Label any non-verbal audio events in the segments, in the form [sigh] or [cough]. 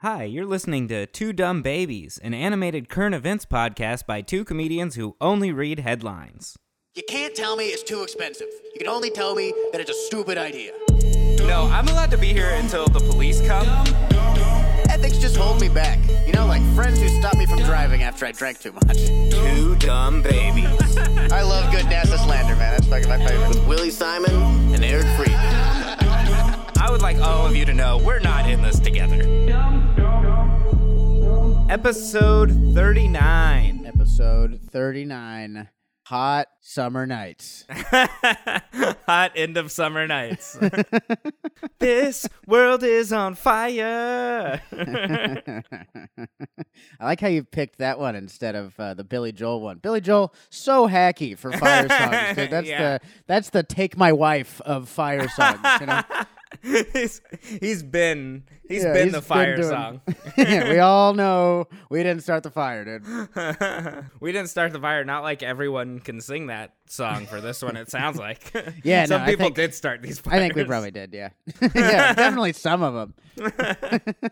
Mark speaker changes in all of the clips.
Speaker 1: Hi, you're listening to Two Dumb Babies, an animated current events podcast by two comedians who only read headlines.
Speaker 2: You can't tell me it's too expensive. You can only tell me that it's a stupid idea.
Speaker 3: No, I'm allowed to be here until the police come.
Speaker 2: Ethics just hold me back. You know, like friends who stop me from driving after I drank too much. [laughs]
Speaker 3: Two dumb babies.
Speaker 2: I love good NASA slander, man. That's fucking my favorite. With Willie Simon and Eric Fried.
Speaker 3: I would like all of you to know we're not in this together.
Speaker 1: Episode 39.
Speaker 2: Episode 39 Hot Summer Nights.
Speaker 1: [laughs] Hot end of
Speaker 3: [laughs]
Speaker 1: summer nights. this world is on fire.
Speaker 2: I like how you picked that one instead of uh, the Billy Joel one. Billy Joel, so hacky for fire songs, dude. That's
Speaker 1: Yeah.
Speaker 2: the that's the take my wife of fire songs. You know,
Speaker 1: [laughs] he's, he's been he's
Speaker 2: Yeah,
Speaker 1: been
Speaker 2: he's
Speaker 1: the fire
Speaker 2: doing- [laughs]
Speaker 1: song.
Speaker 2: yeah,
Speaker 1: [laughs]
Speaker 2: we all know we didn't start the fire, dude.
Speaker 1: [laughs] we didn't start the fire. Not like everyone can sing that song for this one. It sounds like
Speaker 2: [laughs] Yeah,
Speaker 1: some
Speaker 2: no, I
Speaker 1: people
Speaker 2: think-
Speaker 1: did start these. Fires.
Speaker 2: I think we probably did, yeah. [laughs] yeah, definitely some of them.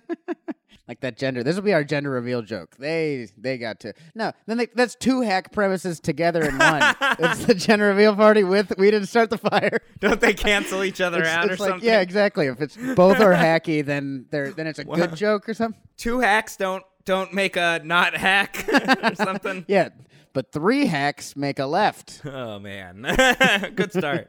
Speaker 2: [laughs] like that gender. This will be our gender reveal joke. They they got to no. Then they, that's two hack premises together in
Speaker 1: [laughs]
Speaker 2: one. it's the gender reveal party with we didn't start the fire.
Speaker 1: [laughs] don't they cancel each other
Speaker 2: It's-
Speaker 1: out
Speaker 2: it's
Speaker 1: or
Speaker 2: like,
Speaker 1: something?
Speaker 2: Yeah, exactly. If it's both are hacky, then they're
Speaker 1: [laughs]
Speaker 2: then it's a good joke or something.
Speaker 1: two hacks don't don't make a not hack [laughs] or
Speaker 2: [laughs]
Speaker 1: something.
Speaker 2: Yeah, but three hacks make a left.
Speaker 1: Oh man, [laughs] good start.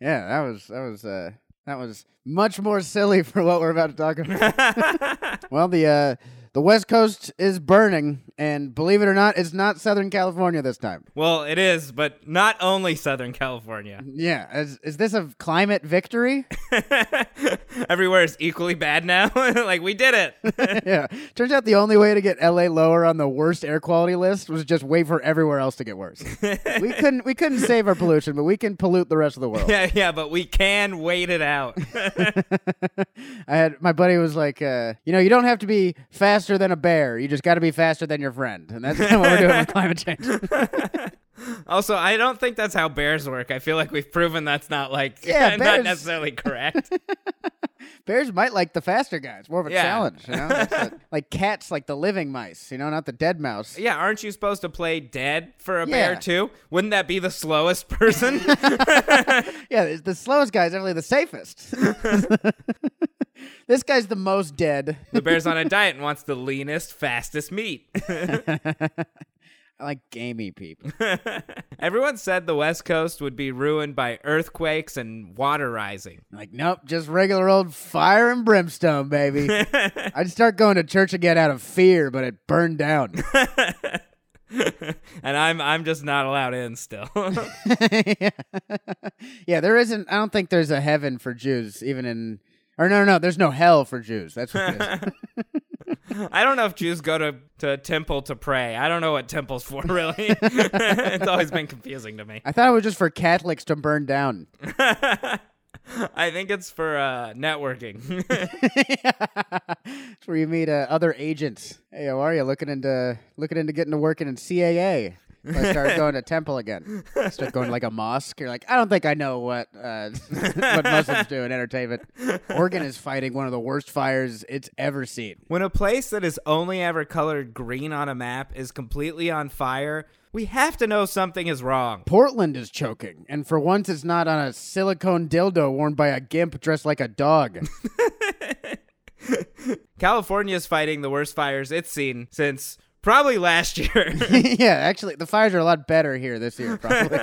Speaker 2: Yeah, that was that was uh that was much more silly [laughs] for what we're about to talk about. well, the uh the West Coast is burning, and believe it or not, it's not Southern California this time.
Speaker 1: well, it is, but not only Southern California.
Speaker 2: Yeah, is is this a climate victory? [laughs]
Speaker 1: Everywhere is equally bad now. [laughs] like we did
Speaker 2: [laughs]
Speaker 1: it.
Speaker 2: yeah. Turns out the only way to get LA lower on the worst air quality list was just wait for everywhere else to get worse. we couldn't we couldn't save our pollution, but we can pollute the rest of the
Speaker 1: [laughs]
Speaker 2: world.
Speaker 1: yeah, yeah, but we can wait it
Speaker 2: [laughs]
Speaker 1: out.
Speaker 2: I had my buddy was like, uh, you know, you don't have to be faster than a bear. You just got to be faster than your friend, and that's [laughs] what we're doing with climate change.
Speaker 1: also, I don't think that's how bears work. I feel like we've proven that's not like
Speaker 2: Yeah,
Speaker 1: [laughs] not
Speaker 2: bears-
Speaker 1: necessarily correct.
Speaker 2: Bears might like the faster guy. It's more of a
Speaker 1: Yeah.
Speaker 2: challenge, you know.
Speaker 1: [laughs]
Speaker 2: That's it. like cats like the living mice, you know, not the dead mouse.
Speaker 1: yeah, aren't you supposed to play dead for a
Speaker 2: Yeah.
Speaker 1: bear too? Wouldn't that be the slowest [laughs] person?
Speaker 2: Yeah, it's- the slowest guy is definitely the safest. [laughs] this guy's the most dead.
Speaker 1: the bear's on a diet and wants the leanest, fastest meat. [laughs]
Speaker 2: I like gamey people.
Speaker 1: Everyone said the West Coast would be ruined by earthquakes and water rising.
Speaker 2: Like, nope, just regular old fire and
Speaker 1: [laughs]
Speaker 2: brimstone, baby. I'd start going to church again out of fear, but it
Speaker 1: [laughs]
Speaker 2: burned down. [laughs]
Speaker 1: and I'm I'm just not allowed in still. [laughs]
Speaker 2: yeah. yeah, there isn't. I don't think there's a heaven for Jews, even in. Or no, no, no. There's no hell for Jews. That's what it
Speaker 1: [laughs]
Speaker 2: is.
Speaker 1: I don't know if Jews go to, to a temple to pray. I don't know what temple's for [laughs] really. it's always been confusing to me.
Speaker 2: I thought it was just for Catholics to burn down.
Speaker 1: I think it's for uh, networking. [laughs]
Speaker 2: It's [laughs] where you meet uh, other agents. Hey, how are you? Looking into looking into getting to working in CAA. If I start going to temple again. Start going to, like a mosque. You're like, I don't think I know what uh, [laughs] what Muslims do in entertainment. Oregon is fighting one of the worst fires it's ever seen.
Speaker 1: when a place that is only ever colored green on a map is completely on fire, we have to know something is wrong.
Speaker 2: Portland is choking, and for once it's not on a silicone dildo worn by a gimp dressed like a dog. [laughs]
Speaker 1: California's fighting the worst fires it's seen since probably last [laughs] year.
Speaker 2: yeah, actually, the fires are a lot better here this year, probably.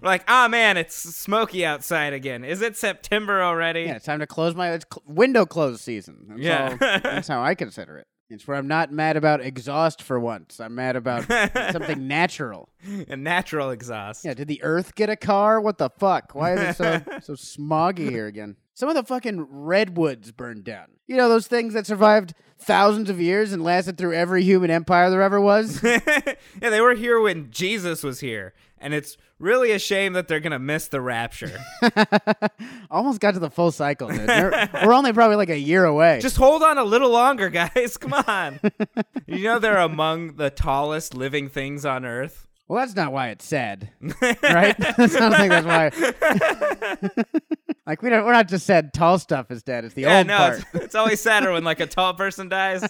Speaker 1: like, ah man, it's smoky outside again. Is it September already?
Speaker 2: yeah, it's time to close my it's cl- window close season. That's
Speaker 1: Yeah.
Speaker 2: all- that's how I consider it. It's where I'm not mad about exhaust for once. I'm mad about something natural.
Speaker 1: A natural exhaust.
Speaker 2: Yeah, did the Earth get a car? What the fuck? Why is it so so smoggy here again? Some of the fucking redwoods burned down. You know those things that survived thousands of years and lasted through every human empire there ever
Speaker 1: [laughs] [laughs]
Speaker 2: was.
Speaker 1: yeah, they were here when Jesus was here. And it's really a shame that they're going to miss the rapture.
Speaker 2: [laughs] Almost got to the full cycle. Dude. We're we're only probably like a year away.
Speaker 1: Just hold on a little longer,
Speaker 2: [laughs]
Speaker 1: guys. Come on. you know, they're among the tallest living things on earth.
Speaker 2: Well, that's not why it's said,
Speaker 1: [laughs]
Speaker 2: right? [laughs] I don't think that's why. [laughs] like we don't. We're not just said tall stuff is dead. It's the
Speaker 1: Yeah,
Speaker 2: old
Speaker 1: no,
Speaker 2: part.
Speaker 1: it's, it's always sadder when like a tall person dies.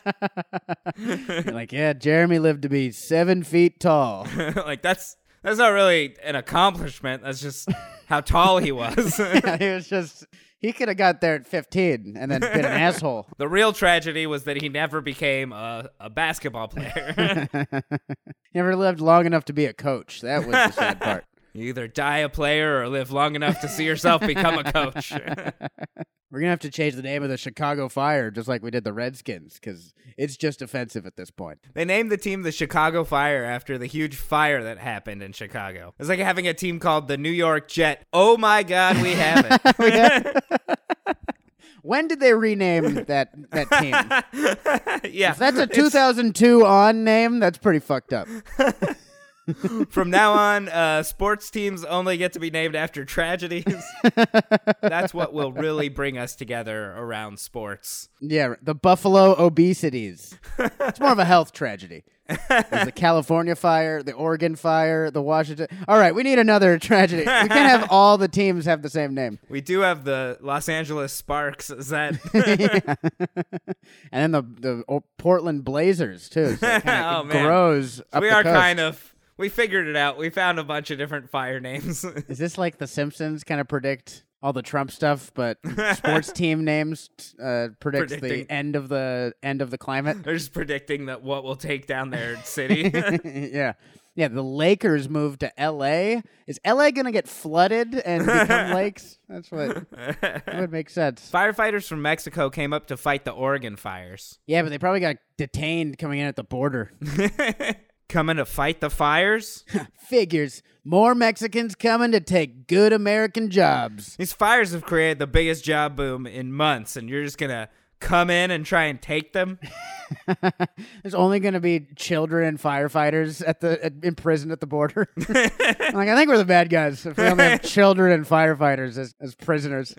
Speaker 1: [laughs]
Speaker 2: You're [laughs] like, yeah, Jeremy lived to be seven
Speaker 1: [laughs]
Speaker 2: feet tall. [laughs]
Speaker 1: like that's that's not really an accomplishment. That's just how tall he was. [laughs]
Speaker 2: he was just. He could have got there at 15 and then
Speaker 1: [laughs]
Speaker 2: been an asshole.
Speaker 1: the real tragedy was that he never became a, a basketball player. [laughs]
Speaker 2: Never lived long enough to be a coach. That was the
Speaker 1: [laughs]
Speaker 2: sad part.
Speaker 1: you either die a player or live long enough to see yourself become a coach. [laughs]
Speaker 2: We're gonna have to change the name of the Chicago Fire, just like we did the Redskins, because it's just offensive at this point.
Speaker 1: they named the team the Chicago Fire after the huge fire that happened in Chicago. It's like having a team called the New York Jet. Oh my God, we have it.
Speaker 2: When did they rename that that
Speaker 1: [laughs]
Speaker 2: team?
Speaker 1: yeah.
Speaker 2: If that's a 2002 on name, that's pretty fucked up.
Speaker 1: From now on, uh, sports teams only get to be named after
Speaker 2: [laughs]
Speaker 1: tragedies. That's what will really bring us together around sports.
Speaker 2: Yeah, the Buffalo obesities. It's more of a health tragedy.
Speaker 1: [laughs]
Speaker 2: There's the California fire, the Oregon fire, the Washington. All right, we need another [laughs] tragedy. We
Speaker 1: [laughs]
Speaker 2: can't have all the teams have the same name.
Speaker 1: We do have the Los Angeles Sparks. Is that?
Speaker 2: And then the the o- Portland Blazers too. So it kinda
Speaker 1: [laughs] Oh, man.
Speaker 2: grows. [laughs] Up
Speaker 1: we
Speaker 2: the
Speaker 1: are
Speaker 2: coast.
Speaker 1: kind of. We figured it out. We found a bunch of different fire names. [laughs]
Speaker 2: Is this like The Simpsons kind of predict all the Trump stuff,
Speaker 1: [laughs]
Speaker 2: but sports team names uh, predicts
Speaker 1: Predicting.
Speaker 2: the end of the end of the climate?
Speaker 1: They're just predicting that what will take down their city.
Speaker 2: [laughs] yeah. Yeah, the Lakers moved to LA. Is LA going to get flooded and become lakes? That's what that would make sense.
Speaker 1: Firefighters from Mexico came up to fight the Oregon fires.
Speaker 2: Yeah, but they probably got detained coming in at the border.
Speaker 1: Coming to fight the fires?
Speaker 2: Figures, more Mexicans coming to take good American jobs.
Speaker 1: These fires have created the biggest job boom in months, and you're just gonna come in and try and take them.
Speaker 2: There's only going to be children and firefighters at the at, in prison at the border. [laughs] I'm like I think we're the bad guys if we only have children and firefighters as, as prisoners.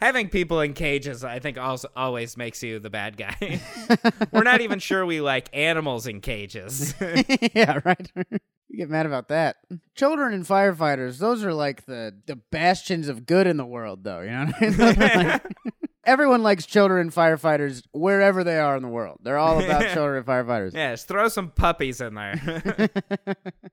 Speaker 1: Having people in cages, I think, also always makes you the bad guy. [laughs] We're not even sure we like animals in cages.
Speaker 2: [laughs] yeah, right. you get mad about that. Children and firefighters, those are like the, the bastions of good in the world, though. You know what I mean? [laughs] Those are like- everyone likes children and firefighters wherever they are in the world. They're all about children and firefighters.
Speaker 1: yeah, just throw some puppies in there.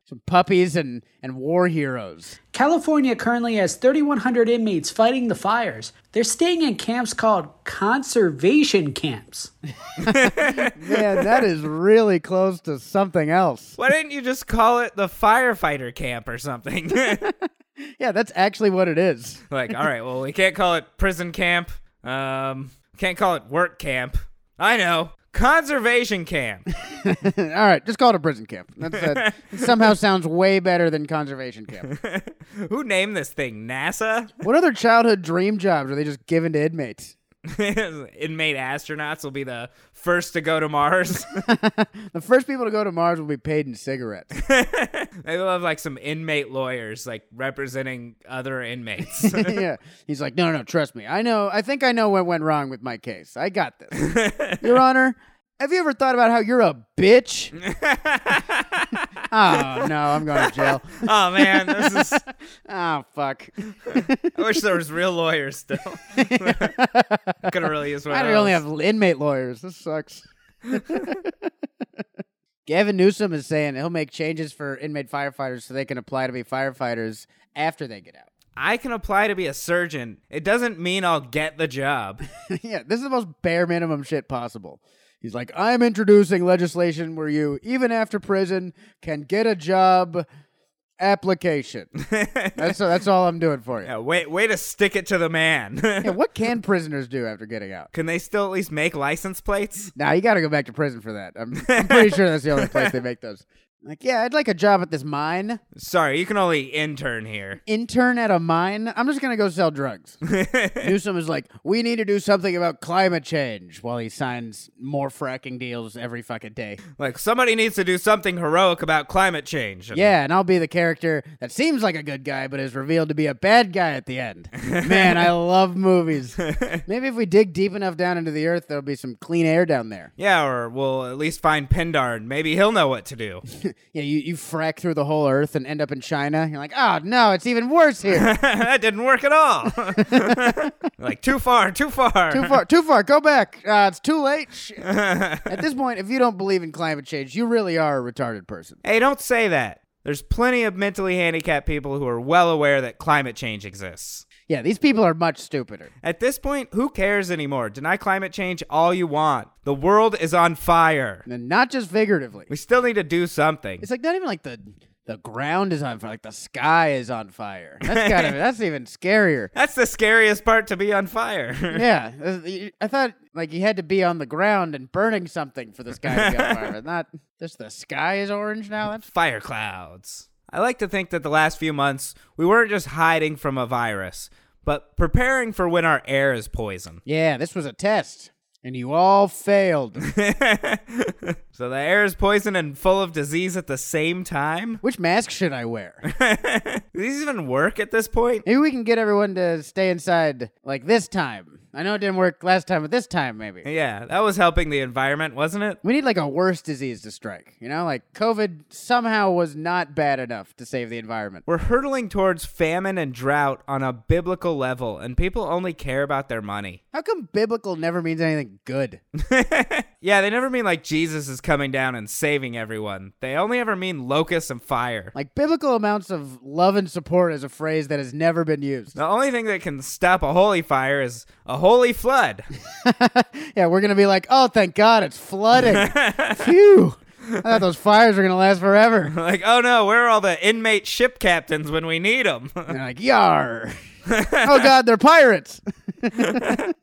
Speaker 2: Some puppies and, and war heroes.
Speaker 4: California currently has 3,100 inmates fighting the fires. They're staying in camps called conservation camps.
Speaker 2: Man, that is really close to something else.
Speaker 1: Why didn't you just call it the firefighter camp or something? [laughs]
Speaker 2: Yeah, that's actually what it is. [laughs]
Speaker 1: like, all right, well, we can't call it prison camp. Um, can't call it work camp. I know. Conservation camp. [laughs]
Speaker 2: All right, just call it a prison camp. That's uh it somehow sounds way better than conservation camp.
Speaker 1: Who named this thing? NASA? [laughs]
Speaker 2: What other childhood dream jobs are they just giving to inmates?
Speaker 1: Inmate astronauts will be the first to go to Mars. [laughs]
Speaker 2: The first people to go to Mars will be paid in cigarettes. [laughs]
Speaker 1: They will have like some inmate lawyers like representing other inmates. [laughs]
Speaker 2: yeah. He's like, no, no, trust me. I know. I think I know what went wrong with my case. I got this. Your Honor, have you ever thought about how you're a bitch? oh, no, I'm going to jail.
Speaker 1: oh man, this is
Speaker 2: Oh, fuck.
Speaker 1: I wish there was real lawyers still. [laughs] Could have really used one.
Speaker 2: I
Speaker 1: of
Speaker 2: don't only
Speaker 1: those.
Speaker 2: have inmate lawyers. This sucks. Gavin Newsom is saying he'll make changes for inmate firefighters so they can apply to be firefighters after they get out.
Speaker 1: I can apply to be a surgeon. It doesn't mean I'll get the job.
Speaker 2: yeah, this is the most bare minimum shit possible. He's like, I'm introducing legislation where you, even after prison, can get a job application. that's that's all I'm doing for you.
Speaker 1: Yeah, way, way to stick it to the man. [laughs]
Speaker 2: Yeah, what can prisoners do after getting out?
Speaker 1: Can they still at least make license plates?
Speaker 2: Now you got to go back to prison for that. I'm, I'm pretty sure that's the only place they make those. Like, yeah, I'd like a job at this mine.
Speaker 1: Sorry, you can only intern here.
Speaker 2: Intern at a mine. I'm just gonna go sell drugs. Newsom is like, we need to do something about climate change. While he signs more fracking deals every fucking day.
Speaker 1: Like somebody needs to do something heroic about climate change. And
Speaker 2: Yeah, and I'll be the character that seems like a good guy but is revealed to be a bad guy at the end. Man, I love movies. Maybe if we dig deep enough down into the earth, there'll be some clean air down there.
Speaker 1: Yeah, or we'll at least find Pindar and maybe he'll know what to do.
Speaker 2: you, know, you you frack through the whole earth and end up in China. You're like, oh no, it's even worse here.
Speaker 1: [laughs] that didn't work at all. like too far, too far. [laughs]
Speaker 2: too far, too far. Go back. Uh, it's too late. Shit. At this point, if you don't believe in climate change, you really are a retarded person.
Speaker 1: Hey, don't say that. There's plenty of mentally handicapped people who are well aware that climate change exists.
Speaker 2: Yeah, these people are much stupider.
Speaker 1: At this point, who cares anymore? Deny climate change all you want. The world is on fire.
Speaker 2: And not just figuratively.
Speaker 1: We still need to do something.
Speaker 2: It's like not even like the the ground is on fire, like the sky is on fire. That's kind of that's even scarier.
Speaker 1: That's the scariest part to be on fire. [laughs]
Speaker 2: Yeah, uh, I thought like you had to be on the ground and burning something for the sky to be on fire, but not just the sky is orange now. That's
Speaker 1: fire clouds. I like to think that the last few months, we weren't just hiding from a virus, but preparing for when our air is poisoned.
Speaker 2: yeah, this was a test, and you all failed,
Speaker 1: So the air is poisoned and full of disease at the same time?
Speaker 2: which mask should I wear?
Speaker 1: Does these even work at this point?
Speaker 2: Maybe we can get everyone to stay inside like this time. I know it didn't work last time, but this time maybe.
Speaker 1: Yeah, that was helping the environment, wasn't it?
Speaker 2: We need like a worse disease to strike, you know? Like COVID somehow was not bad enough to save the environment.
Speaker 1: We're hurtling towards famine and drought on a biblical level, and people only care about their money.
Speaker 2: How come biblical never means anything good?
Speaker 1: Yeah, they never mean like Jesus is coming down and saving everyone. They only ever mean locusts and fire.
Speaker 2: Like biblical amounts of love and support is a phrase that has never been used.
Speaker 1: The only thing that can stop a holy fire is a holy flood. [laughs]
Speaker 2: yeah, we're gonna be like, oh, thank God, it's flooding. Phew. I thought those fires were gonna last forever.
Speaker 1: like, oh no, where are all the inmate ship captains when we need them?
Speaker 2: And they're like, yar. oh God, they're pirates. [laughs] that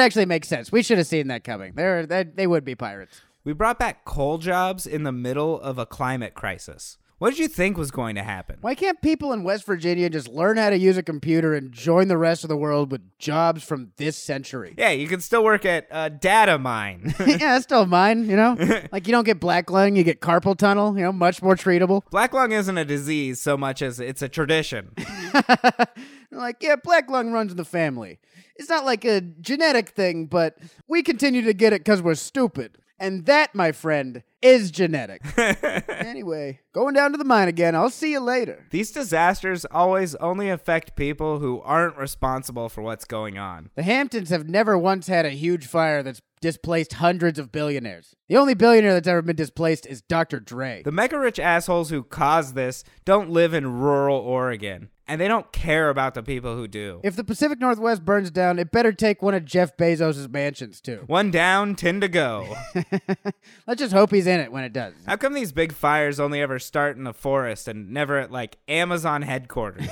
Speaker 2: actually makes sense. We should have seen that coming. They're, they they would be pirates.
Speaker 1: we brought back coal jobs in the middle of a climate crisis. What did you think was going to happen?
Speaker 2: Why can't people in West Virginia just learn how to use a computer and join the rest of the world with jobs from this century?
Speaker 1: Yeah, you can still work at uh, data mine.
Speaker 2: [laughs] yeah, that's still mine, you know? like, you don't get black lung, you get carpal tunnel, you know, much more treatable.
Speaker 1: Black lung isn't a disease so much as it's a tradition.
Speaker 2: They're like, yeah, black lung runs in the family. It's not like a genetic thing, but we continue to get it because we're stupid. And that, my friend, is genetic. anyway, going down to the mine again. I'll see you later.
Speaker 1: These disasters always only affect people who aren't responsible for what's going on.
Speaker 2: The Hamptons have never once had a huge fire that's displaced hundreds of billionaires. The only billionaire that's ever been displaced is Dr. Dre.
Speaker 1: The mega rich assholes who caused this don't live in rural Oregon, and they don't care about the people who do.
Speaker 2: if the Pacific Northwest burns down, it better take one of Jeff Bezos' mansions, too.
Speaker 1: One down, ten to go.
Speaker 2: Let's just hope he's in it when it does.
Speaker 1: How come these big fires only ever start in the forest and never at like Amazon headquarters?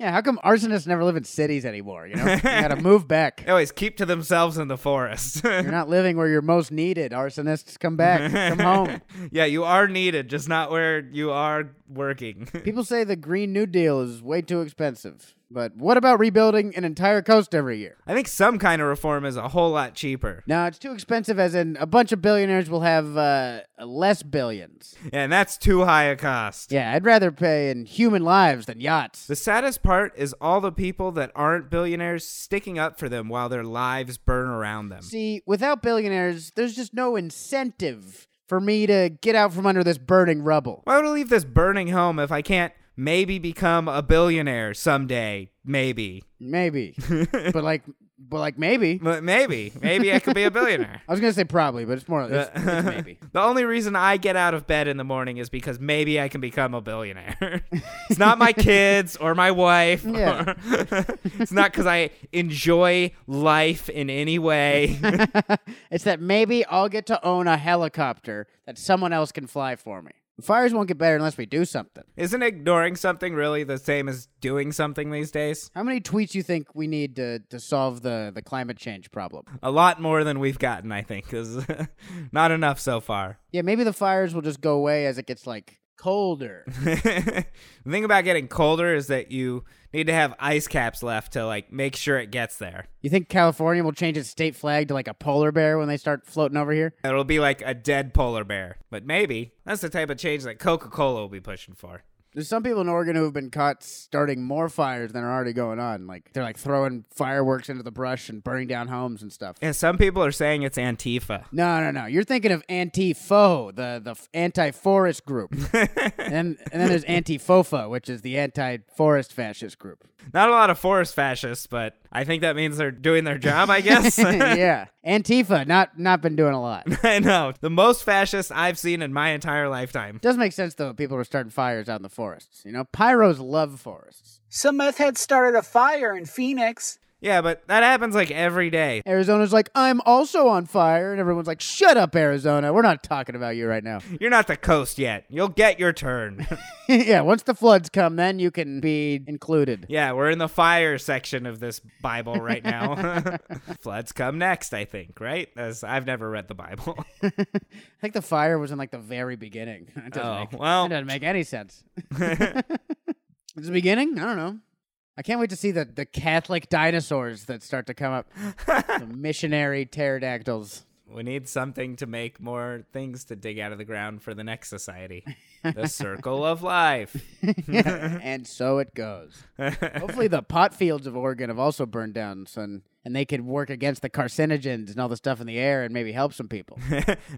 Speaker 2: yeah, how come arsonists never live in cities anymore? You know, you [laughs] gotta move back.
Speaker 1: they always keep to themselves in the forest. [laughs]
Speaker 2: You're not living where you're most needed. Arsonists, come back, come [laughs] home.
Speaker 1: yeah, you are needed, just not where you are working. [laughs]
Speaker 2: People say the Green New Deal is way too expensive, but what about rebuilding an entire coast every year?
Speaker 1: I think some kind of reform is a whole lot cheaper.
Speaker 2: No, it's too expensive. As in, a bunch of billionaires will have uh, less billions.
Speaker 1: And that's too high a cost.
Speaker 2: Yeah, I'd rather pay in human lives than yachts.
Speaker 1: The saddest part is all the people that aren't billionaires sticking up for them while their lives burn around them.
Speaker 2: See, without billionaires, there's just no incentive for me to get out from under this burning rubble.
Speaker 1: Why would I leave this burning home if I can't maybe become a billionaire someday? Maybe.
Speaker 2: Maybe, but like, but like maybe.
Speaker 1: But maybe. Maybe I could be a billionaire.
Speaker 2: I was gonna say probably, but it's more. It's, it's maybe.
Speaker 1: The only reason I get out of bed in the morning is because maybe I can become a billionaire. [laughs] it's not my kids or my wife.
Speaker 2: Yeah.
Speaker 1: or- [laughs] it's not because I enjoy life in any way. [laughs]
Speaker 2: It's that maybe I'll get to own a helicopter that someone else can fly for me. Fires won't get better unless we do something.
Speaker 1: Isn't ignoring something really the same as doing something these days?
Speaker 2: How many tweets you think we need to, to solve the, the climate change problem?
Speaker 1: A lot more than we've gotten, I think, is [laughs] not enough so far. [laughs]
Speaker 2: Yeah, maybe the fires will just go away as it gets like colder.
Speaker 1: the thing about getting colder is that you need to have ice caps left to like make sure it gets there.
Speaker 2: you think California will change its state flag to like a polar bear when they start floating over here?
Speaker 1: It'll be like a dead polar bear. But maybe that's the type of change that Coca Cola will be pushing for.
Speaker 2: There's some people in Oregon who have been caught starting more fires than are already going on. Like they're like throwing fireworks into the brush and burning down homes and stuff.
Speaker 1: And some people are saying it's Antifa.
Speaker 2: No, no, no. You're thinking of Antifo, the the f- anti-forest group, and and then there's Antifofa, which is the anti-forest fascist group.
Speaker 1: Not a lot of forest fascists, but I think that means they're doing their job, I guess.
Speaker 2: yeah, Antifa not not been doing a lot.
Speaker 1: [laughs] I know. The most fascist I've seen in my entire lifetime.
Speaker 2: Does make sense though. People were starting fires out in the forests. You know, pyros love forests.
Speaker 4: Some meth head started a fire in Phoenix.
Speaker 1: Yeah, but that happens like every day.
Speaker 2: Arizona's like, I'm also on fire, and everyone's like, Shut up, Arizona. We're not talking about you right now.
Speaker 1: You're not the coast yet. You'll get your turn.
Speaker 2: [laughs] yeah, once the floods come, then you can be included.
Speaker 1: yeah, we're in the fire section of this Bible right now. [laughs] Floods come next, I think, right? As I've never read the Bible.
Speaker 2: I think the fire was in like the very beginning. [laughs] That doesn't,
Speaker 1: Oh,
Speaker 2: make,
Speaker 1: well.
Speaker 2: that doesn't make
Speaker 1: [laughs]
Speaker 2: any sense. [laughs] It's the beginning? I don't know. I can't wait to see the, the Catholic dinosaurs that start to
Speaker 1: [laughs]
Speaker 2: come up. the missionary pterodactyls.
Speaker 1: we need something to make more things to dig out of the ground for the next society.
Speaker 2: [laughs]
Speaker 1: The circle of life. Uh-huh.
Speaker 2: and so
Speaker 1: [laughs]
Speaker 2: it goes. Hopefully, the pot fields of Oregon have also burned down, son, and they could work against the carcinogens and all the stuff in the air and maybe help some people.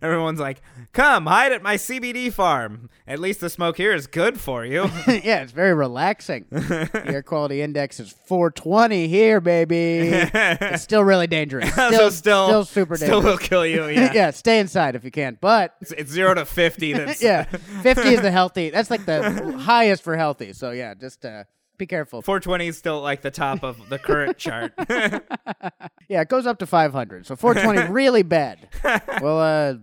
Speaker 1: Everyone's like, come hide at my CBD farm. At least the smoke here is good for you. [laughs]
Speaker 2: [laughs] yeah, it's very relaxing. The air quality index is 420
Speaker 1: [laughs]
Speaker 2: here, baby. it's still really dangerous. Still,
Speaker 1: so still,
Speaker 2: still super
Speaker 1: still
Speaker 2: dangerous.
Speaker 1: will kill
Speaker 2: [laughs]
Speaker 1: you. [laughs] Yeah.
Speaker 2: yeah. stay inside if you can.
Speaker 1: [laughs]
Speaker 2: But
Speaker 1: It's, it's zero to
Speaker 2: [laughs]
Speaker 1: fifty. That's
Speaker 2: yeah, 50 is the healthy. That's like the highest for healthy. So yeah, just uh, be careful.
Speaker 1: four twenty is still like the top of the
Speaker 2: [laughs]
Speaker 1: current chart. [laughs]
Speaker 2: Yeah, it goes up to 500.
Speaker 1: [laughs]
Speaker 2: So 420 really bad. Well, uh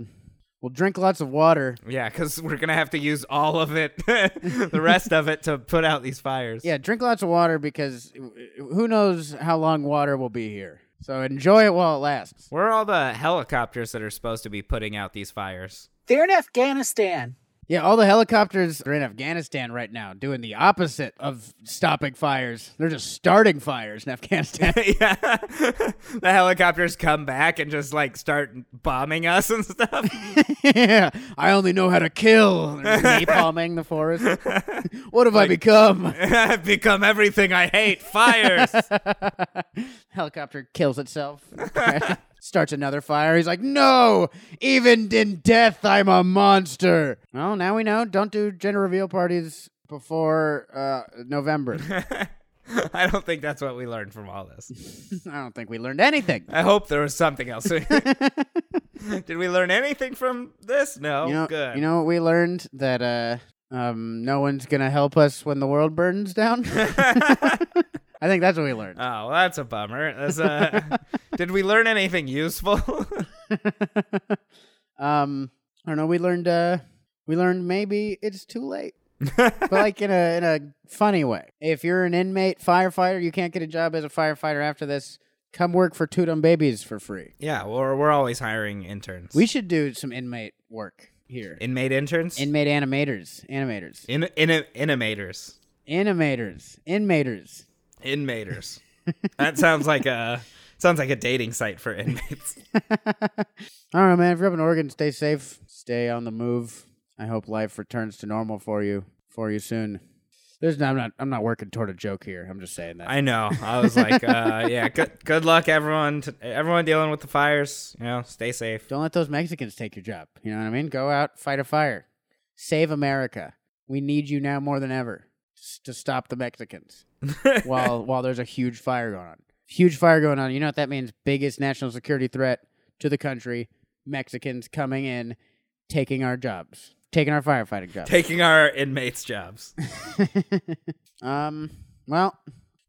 Speaker 2: we'll drink lots of water.
Speaker 1: yeah, because we're gonna have to use all of it, [laughs] the rest of it, to put out these fires.
Speaker 2: Yeah, drink lots of water because who knows how long water will be here. So enjoy it while it lasts.
Speaker 1: Where are all the helicopters that are supposed to be putting out these fires?
Speaker 4: They're in Afghanistan.
Speaker 2: Yeah, all the helicopters are in Afghanistan right now doing the opposite of stopping fires. They're just starting fires in Afghanistan.
Speaker 1: [laughs] yeah, the helicopters come back and just like start bombing us and stuff. [laughs]
Speaker 2: yeah, I only know how to kill. They're just napalming the forest. what have I become?
Speaker 1: I've become everything I hate: fires.
Speaker 2: helicopter kills itself starts another fire he's like no even in death i'm a monster well now we know don't do gender reveal parties before uh, november
Speaker 1: [laughs] I don't think that's what we learned from all this.
Speaker 2: i don't think we learned anything
Speaker 1: I hope there was something else. [laughs] Did we learn anything from this? No.
Speaker 2: you know
Speaker 1: Oh, Good.
Speaker 2: you know what we learned that uh um, no one's gonna help us when the world burns down i think that's what we learned
Speaker 1: oh, well, that's a bummer. That's, uh, did we learn anything useful? [laughs]
Speaker 2: um i don't know we learned uh we learned maybe it's too late but like in a in a funny way if you're an inmate firefighter you can't get a job as a firefighter after this come work for two dumb babies for free
Speaker 1: yeah, we're, we're always hiring interns.
Speaker 2: we should do some inmate work here
Speaker 1: Inmate interns?
Speaker 2: inmate animators animators
Speaker 1: in, in, animators.
Speaker 2: animators inmaters
Speaker 1: Inmaters. that sounds like a sounds like a dating site for inmates.
Speaker 2: i don't know man if you're up in oregon stay safe stay on the move i hope life returns to normal for you for you soon there's no, i'm not i'm not working toward a joke here i'm just saying that
Speaker 1: I know. I was like, uh, yeah, good, good luck, everyone. T- everyone dealing with the fires. You know, stay safe.
Speaker 2: Don't let those Mexicans take your job. You know what I mean? Go out, fight a fire, save America. We need you now more than ever s- to stop the Mexicans while while there's a huge fire going on. Huge fire going on. You know what that means? Biggest national security threat to the country. Mexicans coming in, taking our jobs, taking our firefighting jobs.
Speaker 1: Taking our inmates' jobs.
Speaker 2: um. Well,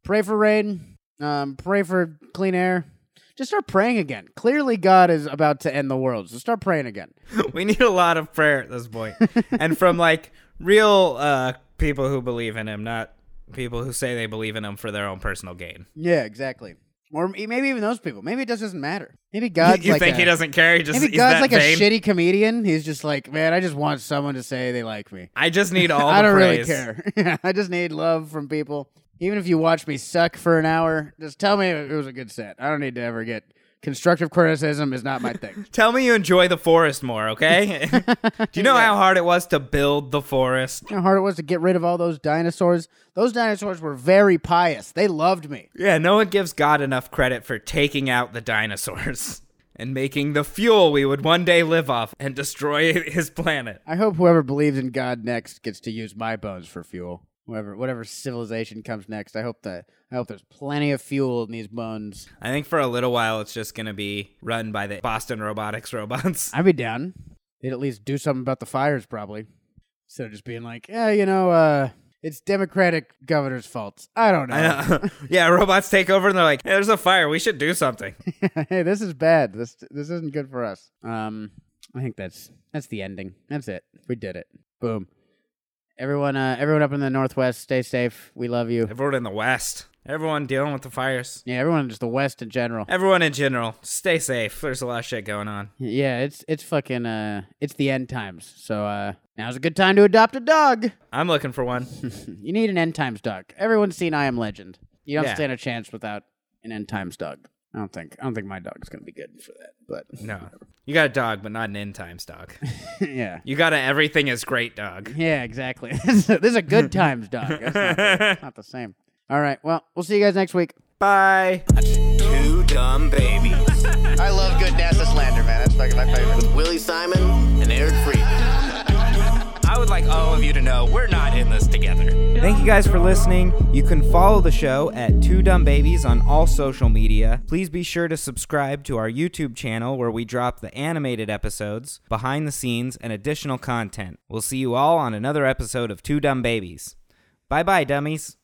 Speaker 2: pray for rain. Um. Pray for clean air. Just start praying again. Clearly, God is about to end the world, so start praying again.
Speaker 1: [laughs] we need a lot of prayer at this point and from like real uh people who believe in him not people who say they believe in him for their own personal gain
Speaker 2: Yeah, exactly. Or m- maybe even those people. Maybe it just doesn't matter. Maybe God's
Speaker 1: you
Speaker 2: like
Speaker 1: think
Speaker 2: a,
Speaker 1: he doesn't care he just
Speaker 2: Maybe
Speaker 1: he's
Speaker 2: God's
Speaker 1: that
Speaker 2: like
Speaker 1: vain?
Speaker 2: a shitty comedian. He's just like, man, I just want someone to say they like me.
Speaker 1: i just
Speaker 2: [laughs]
Speaker 1: need all
Speaker 2: I
Speaker 1: the
Speaker 2: don't really
Speaker 1: praise.
Speaker 2: care. [laughs] I just need love from people. Even if you watch me suck for an hour, just tell me it was a good set. I don't need to ever get Constructive criticism is not my [laughs] thing.
Speaker 1: Tell me you enjoy the forest more, [laughs] okay? Do you know how hard it was to build the forest?
Speaker 2: You know how hard it was to get rid of all those dinosaurs? Those dinosaurs were very pious. They loved me.
Speaker 1: Yeah, no one gives God enough credit for taking out the dinosaurs [laughs] and making the fuel we would one day live off and destroy [laughs] his planet.
Speaker 2: I hope whoever believes in God next gets to use my bones for fuel. Whatever, whatever civilization comes next, I hope that I hope there's plenty of fuel in these bones.
Speaker 1: I think for a little while it's just going to be run by the Boston Robotics [laughs] robots.
Speaker 2: I'd be down. They'd at least do something about the fires, probably. Instead of just being like, yeah, you know, uh, it's Democratic governor's fault. I don't know.
Speaker 1: I know. [laughs] yeah, robots take over and they're like, hey, there's a fire. We should do [laughs] something.
Speaker 2: [laughs] hey, this is bad. This this isn't good for us. Um, I think that's that's the ending. That's it. We did it. Boom. Everyone, uh, everyone up in the Northwest, stay safe. We love you.
Speaker 1: Everyone in the West, everyone dealing with the fires,
Speaker 2: Yeah, everyone, in just the West in general.
Speaker 1: everyone in general, stay safe. There's a lot of shit going on.
Speaker 2: Yeah, it's it's fucking uh, it's the end times. So uh, now's a good time to adopt a dog.
Speaker 1: I'm looking for one.
Speaker 2: You need an end times dog. Everyone's seen I Am Legend. You don't
Speaker 1: Yeah.
Speaker 2: stand a chance without an end times dog. I don't think. I don't think my dog's gonna be good for that. But [laughs]
Speaker 1: No. You got a dog, but not an end times dog.
Speaker 2: yeah,
Speaker 1: You got a everything is great dog.
Speaker 2: [laughs] yeah, exactly. this is a good times dog. That's not, the, not the same. All right. Well, we'll see you guys next week.
Speaker 1: Bye.
Speaker 3: Two dumb babies.
Speaker 5: I love good NASA slander, man. That's fucking my favorite. With Willie Simon and Eric Friedman.
Speaker 3: I would like all of you to know we're not in this together.
Speaker 1: Thank you guys for listening. You can follow the show at Two Dumb Babies on all social media. Please be sure to subscribe to our YouTube channel where we drop the animated episodes, behind the scenes, and additional content. We'll see you all on another episode of Two Dumb Babies. Bye bye, dummies.